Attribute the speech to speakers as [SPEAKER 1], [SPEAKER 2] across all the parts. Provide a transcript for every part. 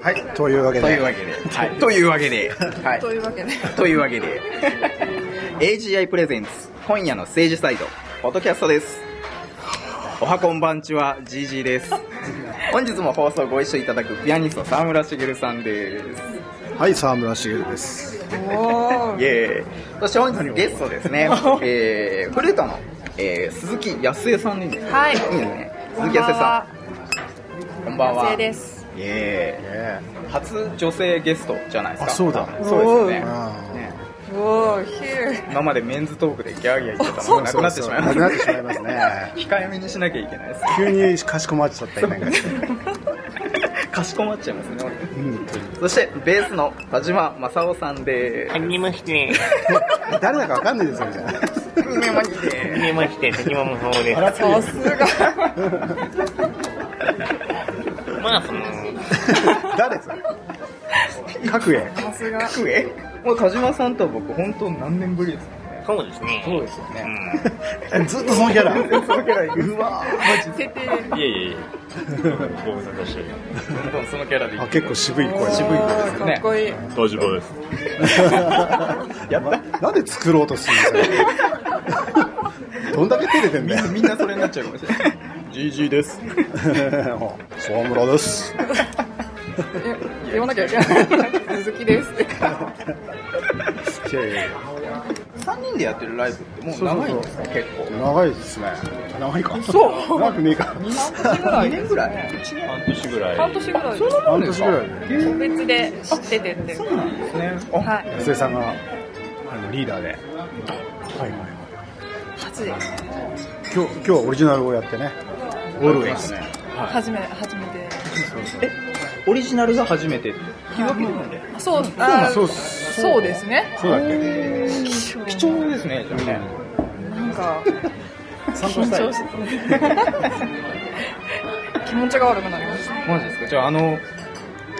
[SPEAKER 1] はい、というわけ
[SPEAKER 2] という
[SPEAKER 1] で、
[SPEAKER 2] わけで、はい、というわけで、はい、
[SPEAKER 3] というわけで。
[SPEAKER 2] というわけ で AGI プレゼンツ今夜の政治サイドポッドキャストですおはこんばんちは GG です本日も放送ご一緒いただくピアニスト沢村茂さんです
[SPEAKER 1] はい、沢村茂です。
[SPEAKER 3] お
[SPEAKER 2] イ
[SPEAKER 3] ー。
[SPEAKER 2] エーイそして本日ゲストです ね、えー、フルートの、えー、鈴木康江さんですね
[SPEAKER 3] はい
[SPEAKER 2] いですね鈴木康江さんこんばんは
[SPEAKER 3] 女性です。
[SPEAKER 2] イエーイ初女性ゲストじゃないですか
[SPEAKER 1] あそうだ
[SPEAKER 2] そうですよね
[SPEAKER 1] あ
[SPEAKER 2] ね
[SPEAKER 3] おー、ヒュ
[SPEAKER 2] 今までメンズトークでギャーギャー言ってたのがなくなってしまいま
[SPEAKER 1] な
[SPEAKER 2] す
[SPEAKER 1] くなってしまいますね。
[SPEAKER 2] 控えめにしなきゃいけないです
[SPEAKER 1] 急にかしこまっちゃったりなんかして。
[SPEAKER 2] かしこまっちゃいますね俺
[SPEAKER 1] うん
[SPEAKER 2] そしてベースの田島正雄さんで
[SPEAKER 4] はじめまして。
[SPEAKER 1] 誰だかわかんないですよ、じゃ
[SPEAKER 2] すめまし
[SPEAKER 4] はじ
[SPEAKER 2] て
[SPEAKER 4] めまして、滝間もそうです。
[SPEAKER 3] ー。さすが。
[SPEAKER 4] まあ、その、
[SPEAKER 1] あ。誰それ各へ。
[SPEAKER 3] さすが。
[SPEAKER 2] 各へもう田島さんと僕本当何年ぶりですかね
[SPEAKER 4] そうですね。そうですよね。
[SPEAKER 1] ずっとそのキャラ。
[SPEAKER 2] そのキャラ
[SPEAKER 1] うわ
[SPEAKER 3] 設定。
[SPEAKER 4] いえいえいえ。ご無沙汰してる。
[SPEAKER 2] 本当そのキャラで
[SPEAKER 1] あ結構渋い声。
[SPEAKER 2] 渋い声です
[SPEAKER 3] あ
[SPEAKER 2] よ
[SPEAKER 3] ー
[SPEAKER 2] ね
[SPEAKER 3] かっこいい。
[SPEAKER 4] 東芝で
[SPEAKER 2] やった
[SPEAKER 4] す。
[SPEAKER 1] ななんで作ろうとするんですかどんだけ照れてんだよ。
[SPEAKER 2] みんなそれになっちゃうかもしれない GG です
[SPEAKER 1] 沢村です。
[SPEAKER 3] え言わなきゃいけない。鈴木ですって。
[SPEAKER 1] いやいやいや
[SPEAKER 2] 3人でやってるライブってもう長いんですか結構
[SPEAKER 1] 長いですね。長いか。
[SPEAKER 3] そう
[SPEAKER 1] 長くねえか。
[SPEAKER 2] 2年ぐらい
[SPEAKER 4] 半年ぐら
[SPEAKER 3] 半
[SPEAKER 4] い。
[SPEAKER 3] 年ぐらい
[SPEAKER 1] 半年ぐらいで。
[SPEAKER 3] 個別で知っててっていうか。
[SPEAKER 2] あ
[SPEAKER 3] はい。
[SPEAKER 1] 安江さんがあのリーダーで。はいはい。
[SPEAKER 3] 初で
[SPEAKER 1] 今日今日はオリジナルをやってね。オールウェイ
[SPEAKER 2] そ
[SPEAKER 1] ス
[SPEAKER 2] うで。すね
[SPEAKER 3] 初め初めて。
[SPEAKER 2] オリジナルが初めて気づきなんで
[SPEAKER 3] あそうあー
[SPEAKER 1] そう
[SPEAKER 3] そうですね。
[SPEAKER 1] そうだっけ。
[SPEAKER 2] 貴重ですねじゃあね
[SPEAKER 3] なんか
[SPEAKER 1] 参考に
[SPEAKER 3] 緊
[SPEAKER 1] したい
[SPEAKER 3] 張して気持ちが悪くなりました。
[SPEAKER 2] マジですかじゃああの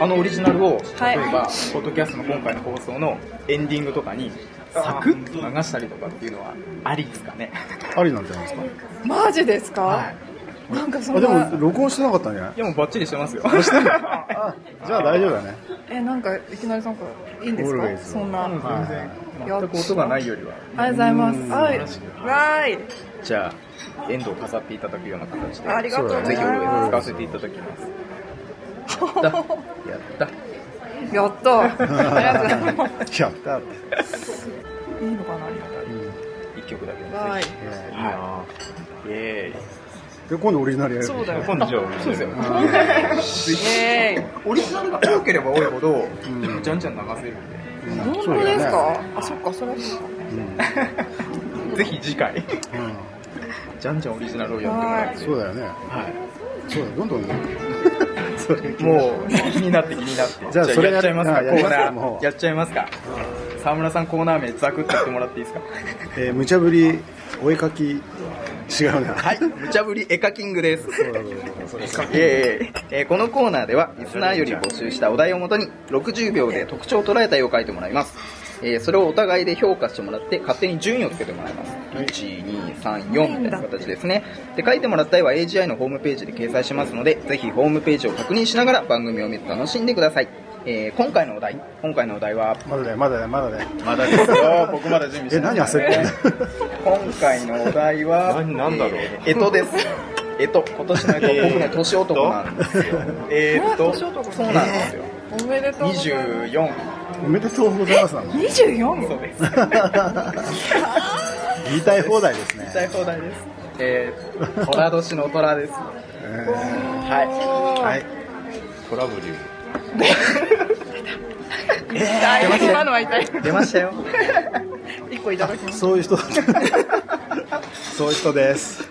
[SPEAKER 2] あのオリジナルを、
[SPEAKER 3] はい
[SPEAKER 2] 例えばポッドキャストの今回の放送のエンディングとかにサクッと流したりとかっていうのはありですかね
[SPEAKER 1] ありなんじゃないですか。
[SPEAKER 3] マジですか、
[SPEAKER 2] はい
[SPEAKER 3] なんかそ
[SPEAKER 1] あ
[SPEAKER 3] ん
[SPEAKER 1] で
[SPEAKER 3] な
[SPEAKER 1] も録音してなかったんじゃない
[SPEAKER 2] い。やもうバッチリしてますよ
[SPEAKER 1] あじゃあ大丈夫だね。
[SPEAKER 3] えなんかいきなりなんかいいんで
[SPEAKER 1] オールウェイ
[SPEAKER 3] すか
[SPEAKER 1] ズ
[SPEAKER 3] そんな、
[SPEAKER 2] うん
[SPEAKER 3] あ
[SPEAKER 1] はい
[SPEAKER 2] 全然全く音がないよりは
[SPEAKER 3] りがとうございますはいわーい
[SPEAKER 2] じゃあエンドを飾っていただくような形で
[SPEAKER 3] ありがとうございます
[SPEAKER 2] ぜひ使わせていただきますやったやった
[SPEAKER 3] やったありがとうございま す
[SPEAKER 1] やったって。
[SPEAKER 3] いいのかな
[SPEAKER 2] 一曲だけで
[SPEAKER 3] わーい
[SPEAKER 2] はいイエ
[SPEAKER 1] で今度オリジナルやる。
[SPEAKER 3] そうだよ
[SPEAKER 4] 今度じゃあ、
[SPEAKER 2] ーイそうですよ
[SPEAKER 3] えー
[SPEAKER 2] オリジナルが多ければ多いほど、じゃんじゃん流せ
[SPEAKER 1] うん
[SPEAKER 2] るんで
[SPEAKER 1] そ
[SPEAKER 3] 本
[SPEAKER 1] う
[SPEAKER 3] 当
[SPEAKER 1] だよ
[SPEAKER 3] で
[SPEAKER 1] ね
[SPEAKER 3] すか、あそっかそれはそうか
[SPEAKER 2] ぜひ次回、
[SPEAKER 1] う
[SPEAKER 2] じゃんじゃんオリジナルをやってもらっ
[SPEAKER 1] ん
[SPEAKER 2] て、
[SPEAKER 1] そうだよね。
[SPEAKER 2] は
[SPEAKER 1] そうだよどんどんね。
[SPEAKER 2] い、もう気になって気になって、
[SPEAKER 1] じゃあそれ
[SPEAKER 2] やっちゃいますか、コ
[SPEAKER 1] やり
[SPEAKER 2] ー
[SPEAKER 1] ますか
[SPEAKER 2] ナ
[SPEAKER 1] も
[SPEAKER 2] ー、
[SPEAKER 1] う
[SPEAKER 2] やっちゃいますか、沢村さん、コーナー名、ざくっと言ってもらっていいですか、
[SPEAKER 1] えー無茶ぶりお絵かき違うな。
[SPEAKER 2] はい、無茶ぶり絵描きングです。
[SPEAKER 1] そうだそうだそうだそうだ。
[SPEAKER 2] イエーイえーこのコーナーではリスナーより募集したお題をもとに60秒で特徴を捉えた絵を描いてもらいます、えーそれをお互いで評価してもらって勝手に順位をつけてもらいます1234みたいな形ですねで描いてもらった絵は AGI のホームページで掲載しますのでぜひホームページを確認しながら番組を見て楽しんでください、えー今回のお題今回のお題は
[SPEAKER 1] まだだよまだだよまだだよ。
[SPEAKER 2] まだですよ僕まだ準備
[SPEAKER 1] え何焦ってんの。
[SPEAKER 2] 今回のお題は
[SPEAKER 4] 何なんだろう
[SPEAKER 2] えー干支ですえと今年のえと僕ね年男なんですよえーっと
[SPEAKER 3] 年男
[SPEAKER 2] そうなんですよ
[SPEAKER 3] おめでとうございま
[SPEAKER 2] 24
[SPEAKER 1] おめでとうござい ますなの。
[SPEAKER 3] す24
[SPEAKER 2] そうです
[SPEAKER 1] 言いたい放題ですね。
[SPEAKER 2] 大放題ですえー虎年の虎ですは
[SPEAKER 1] はい。
[SPEAKER 4] トラブル。
[SPEAKER 3] 痛い今のは痛い
[SPEAKER 2] い出ましたよ
[SPEAKER 3] 1個いただきます
[SPEAKER 1] そういう人だ。そういう人です。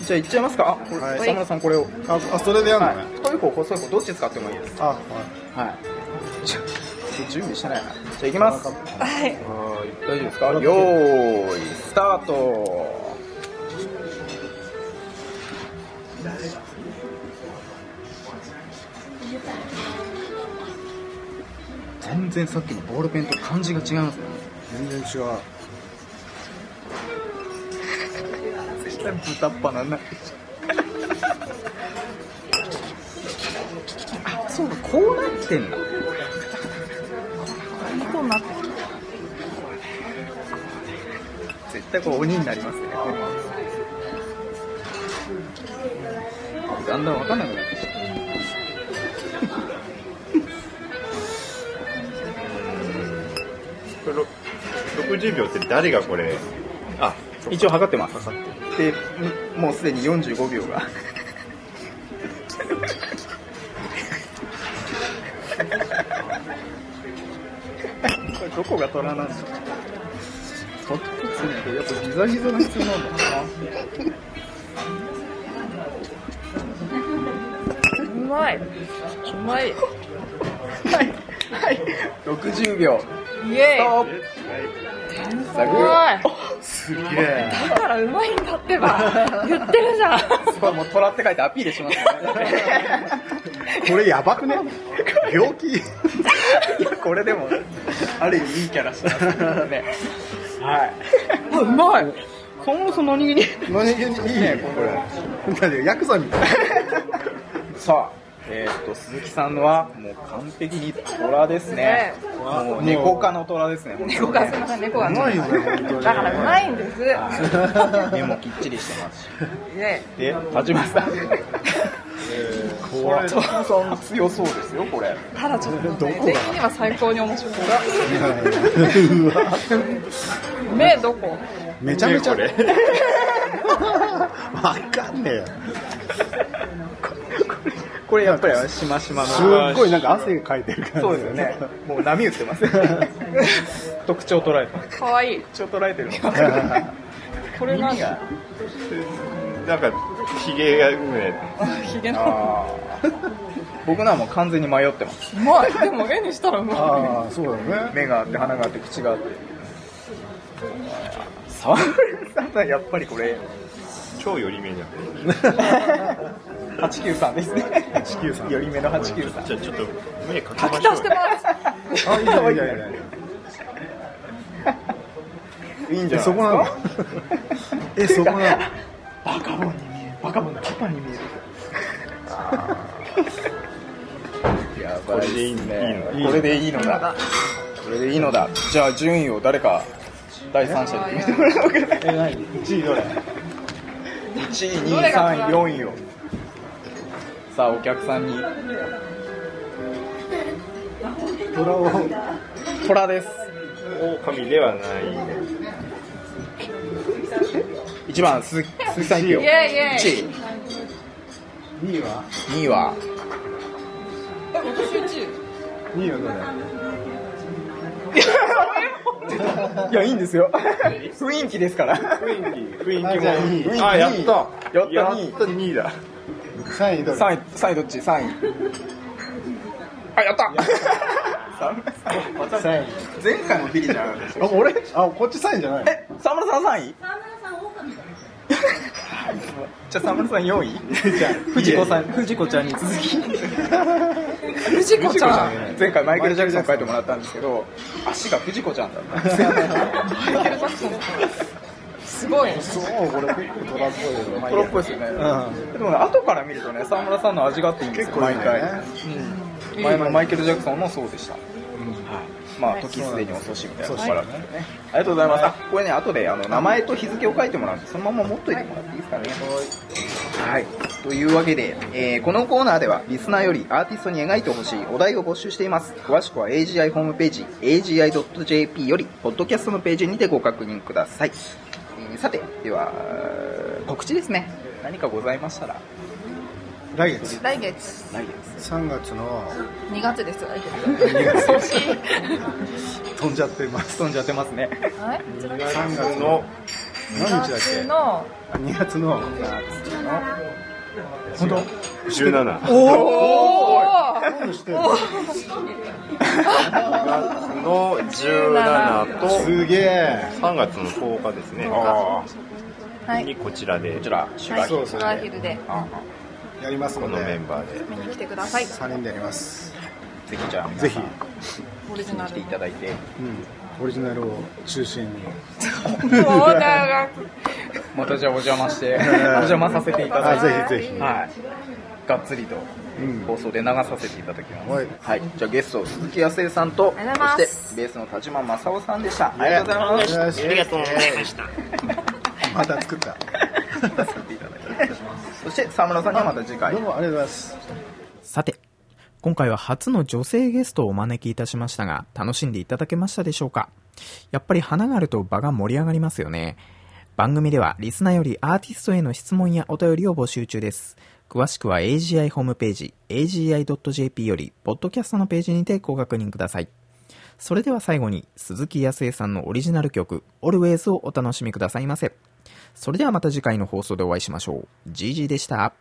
[SPEAKER 2] じゃあいっちゃいますかあこれ
[SPEAKER 1] はい
[SPEAKER 2] 沢村さんこれを
[SPEAKER 1] あ、あそれでやるの
[SPEAKER 2] は
[SPEAKER 1] ね。
[SPEAKER 2] い太い方細い方どっち使ってもいいです
[SPEAKER 1] あ、はい
[SPEAKER 2] はいちょ準備してないなじゃあいきます
[SPEAKER 3] はい
[SPEAKER 2] 大丈夫ですかよーいスタート全然さっきのボールペンと漢字が違いますね
[SPEAKER 1] 全然違う。
[SPEAKER 2] 絶対 豚っ鼻になるそうかこうなってんだ
[SPEAKER 3] こんなことになってきた
[SPEAKER 2] 絶対こう鬼になりますねだんだん分かんなくなってきた
[SPEAKER 4] これろ60秒って誰がこれあ
[SPEAKER 2] 一応測ってますでももうすでに45秒が これどこが虎なんだそっちってやっぱギザギザが必要なんだ
[SPEAKER 3] うまいうまい
[SPEAKER 2] はいはい60秒
[SPEAKER 3] イ
[SPEAKER 2] ス
[SPEAKER 3] エ
[SPEAKER 2] ト
[SPEAKER 3] ー
[SPEAKER 2] ップ
[SPEAKER 3] イすご
[SPEAKER 2] ザ
[SPEAKER 3] い
[SPEAKER 2] ク
[SPEAKER 4] すげえ
[SPEAKER 3] だからうまいんだってば言ってるじゃん
[SPEAKER 2] これもう虎って書いてアピールしますね
[SPEAKER 1] これやばくね病気
[SPEAKER 2] いやこれでもある意味いいキャラしてます ね
[SPEAKER 1] はい
[SPEAKER 3] あうまい
[SPEAKER 2] そもそも何気に
[SPEAKER 1] 何気にいいねこれだってヤクザみたい
[SPEAKER 2] さあ、えーっと鈴木さんはもう完璧に虎ですね
[SPEAKER 3] ね。
[SPEAKER 2] もう猫科の虎ですね。
[SPEAKER 3] 猫がすみません猫が
[SPEAKER 1] うまいよね本当に
[SPEAKER 3] だからうまいんです
[SPEAKER 2] 目もきっちりしてますし。
[SPEAKER 3] ね
[SPEAKER 2] で田島さん。
[SPEAKER 1] 怖
[SPEAKER 2] 田
[SPEAKER 1] い
[SPEAKER 2] 島さん強そうですよこれ。
[SPEAKER 3] ただちょっとね
[SPEAKER 1] どこが
[SPEAKER 3] 全員には最高に面白い
[SPEAKER 1] なうわ
[SPEAKER 3] 目どこ
[SPEAKER 1] めちゃめちゃ
[SPEAKER 4] これ
[SPEAKER 1] わかんねえよ
[SPEAKER 2] これやっぱりしましま
[SPEAKER 1] す
[SPEAKER 2] の。
[SPEAKER 1] っごいなんか汗かいてる 感じ
[SPEAKER 2] そうですよね。もう波打ってます。 特徴捉えて。
[SPEAKER 3] かわいい
[SPEAKER 2] 特徴捉えてる。
[SPEAKER 3] これなんだ
[SPEAKER 4] なんかひげがね
[SPEAKER 3] ヒゲの
[SPEAKER 2] あー 僕のはもう完全に迷ってます。
[SPEAKER 3] うまいでも絵にしたらうまい
[SPEAKER 1] ああそうだね
[SPEAKER 2] 目があって鼻があって口があって沢村さんはやっぱりこ れ
[SPEAKER 4] 超寄り目じゃん
[SPEAKER 2] 893ですね
[SPEAKER 1] 893
[SPEAKER 2] より目の
[SPEAKER 4] じ
[SPEAKER 2] 893
[SPEAKER 4] ゃあちょっと目かき
[SPEAKER 3] 書
[SPEAKER 4] ま
[SPEAKER 3] き
[SPEAKER 4] しょ
[SPEAKER 3] 足し
[SPEAKER 4] う
[SPEAKER 3] てます
[SPEAKER 1] あいいねいいね
[SPEAKER 2] いいん
[SPEAKER 1] いいねそこなのえそこなの
[SPEAKER 2] バカボンに見えるバカボンのパパに見えるやばいっすね
[SPEAKER 4] これでいいの
[SPEAKER 2] これでいいのだこれでいいのだじゃあ順位を誰か第三者に決めてもらおうかな
[SPEAKER 1] え何1位どれ
[SPEAKER 2] 1位
[SPEAKER 3] ど
[SPEAKER 2] 2
[SPEAKER 3] れ
[SPEAKER 2] 位
[SPEAKER 3] が
[SPEAKER 2] 3位4位をさあお客さんに
[SPEAKER 1] 虎を
[SPEAKER 2] 虎です
[SPEAKER 4] 狼ではない
[SPEAKER 2] 1番鈴木鈴木さん1
[SPEAKER 3] イ
[SPEAKER 2] 票
[SPEAKER 3] エイイエイ
[SPEAKER 2] 1位
[SPEAKER 1] 2位は
[SPEAKER 2] 2位は
[SPEAKER 3] 私1位
[SPEAKER 1] 2位はどれ
[SPEAKER 2] いや、いいんですよ。 雰囲気ですから。
[SPEAKER 4] 雰囲気雰囲
[SPEAKER 1] あじゃあ
[SPEAKER 4] 気
[SPEAKER 1] い
[SPEAKER 4] も
[SPEAKER 1] い
[SPEAKER 4] あやっ
[SPEAKER 2] や
[SPEAKER 4] た
[SPEAKER 2] った
[SPEAKER 4] や
[SPEAKER 2] いい
[SPEAKER 4] った2位だ
[SPEAKER 1] 3位どれ
[SPEAKER 2] 3位、3位どっち ?3 位。あ、やった
[SPEAKER 1] 3位
[SPEAKER 2] 前回もビリじゃなかったでし
[SPEAKER 1] あ俺あこっち3位じゃないの
[SPEAKER 2] え、沢村さん3位
[SPEAKER 5] 沢村さん狼だよ。
[SPEAKER 2] じゃあ沢村さん4位じゃあ、藤子さん、藤子ちゃんに続き。
[SPEAKER 3] 藤子ちゃん
[SPEAKER 2] 前回マイケル・ジャクソン書いてもらったんですけど、足が藤子ちゃんだったんですよね。
[SPEAKER 3] マイケル・ジャクソンすごいね
[SPEAKER 1] そうこれ結構虎っぽいよね
[SPEAKER 2] プロっぽいですよね。
[SPEAKER 1] う
[SPEAKER 2] でもね、後から見るとね、沢村さんの味があっていいんですよ、
[SPEAKER 1] 結構いい
[SPEAKER 2] 毎
[SPEAKER 1] ね
[SPEAKER 2] 回。うん前のマイケル・ジャクソンもそうでした。まあ、時すでに遅しみたいなところからね。ありがとうございます。あこれね、後であの名前と日付を書いてもらうんで、そのまま持っといてもらっていいですかね。はい。というわけで、えーこのコーナーでは、リスナーよりアーティストに描いてほしいお題を募集しています。詳しくは AGI ホームページ、agi.jp より、ポッドキャストのページにてご確認ください。えーさて、では、告知ですね。何かございましたら、
[SPEAKER 1] 来月
[SPEAKER 3] 来月
[SPEAKER 2] ないです。
[SPEAKER 1] 3月の
[SPEAKER 3] 2月ですよ来
[SPEAKER 1] 月
[SPEAKER 3] 月
[SPEAKER 1] 飛んじゃってます
[SPEAKER 2] 飛んじゃってますね。
[SPEAKER 3] あれこちらが
[SPEAKER 1] 3月の
[SPEAKER 4] の
[SPEAKER 1] 何日だっけ
[SPEAKER 3] の
[SPEAKER 1] あ2月の本当
[SPEAKER 4] 17
[SPEAKER 3] おお
[SPEAKER 1] して
[SPEAKER 4] の17と
[SPEAKER 1] すげえ
[SPEAKER 4] 3月の10日ですね
[SPEAKER 3] あは
[SPEAKER 4] に
[SPEAKER 3] い
[SPEAKER 4] こちらで
[SPEAKER 2] こちら、シュガーヒ
[SPEAKER 1] そ
[SPEAKER 2] ー
[SPEAKER 1] う
[SPEAKER 3] は
[SPEAKER 1] そ
[SPEAKER 3] いうラーヒルで
[SPEAKER 1] やります
[SPEAKER 4] こ
[SPEAKER 1] の
[SPEAKER 4] のメ
[SPEAKER 1] で
[SPEAKER 4] ンバーで
[SPEAKER 3] 見に来てください
[SPEAKER 1] 3人でやります
[SPEAKER 2] ぜひじゃあ、
[SPEAKER 1] ぜひ、
[SPEAKER 3] オリジナ
[SPEAKER 2] 来
[SPEAKER 3] ル
[SPEAKER 2] ていただいて、
[SPEAKER 1] オリジナルを中心に
[SPEAKER 3] オーダーが
[SPEAKER 2] またじゃあお邪魔して、お邪魔させていただい
[SPEAKER 1] あ
[SPEAKER 2] て、
[SPEAKER 1] ぜひぜひ
[SPEAKER 2] はい。
[SPEAKER 6] がっつりと
[SPEAKER 1] うん
[SPEAKER 6] 放送で流させていただきます、
[SPEAKER 1] はい
[SPEAKER 6] じゃあゲスト鈴木康生さんと
[SPEAKER 3] ありがとうございます
[SPEAKER 6] そしてベースの田島正夫さんでしたありがとうございま
[SPEAKER 1] よし
[SPEAKER 4] ありがとうございました。
[SPEAKER 1] また作った
[SPEAKER 6] す出させていただいてそして沢村さんにはまた次回
[SPEAKER 1] どうもありがとうございます
[SPEAKER 2] さて、今回は初の女性ゲストをお招きいたしましたが、楽しんでいただけましたでしょうかやっぱり花があると場が盛り上がりますよね。番組ではリスナーよりアーティストへの質問やお便りを募集中です。詳しくは AGI ホームページ、agi.jp より、ポッドキャストのページにてご確認ください。それでは最後に、鈴木康江さんのオリジナル曲、Always をお楽しみくださいませ。それではまた次回の放送でお会いしましょう。GG でした。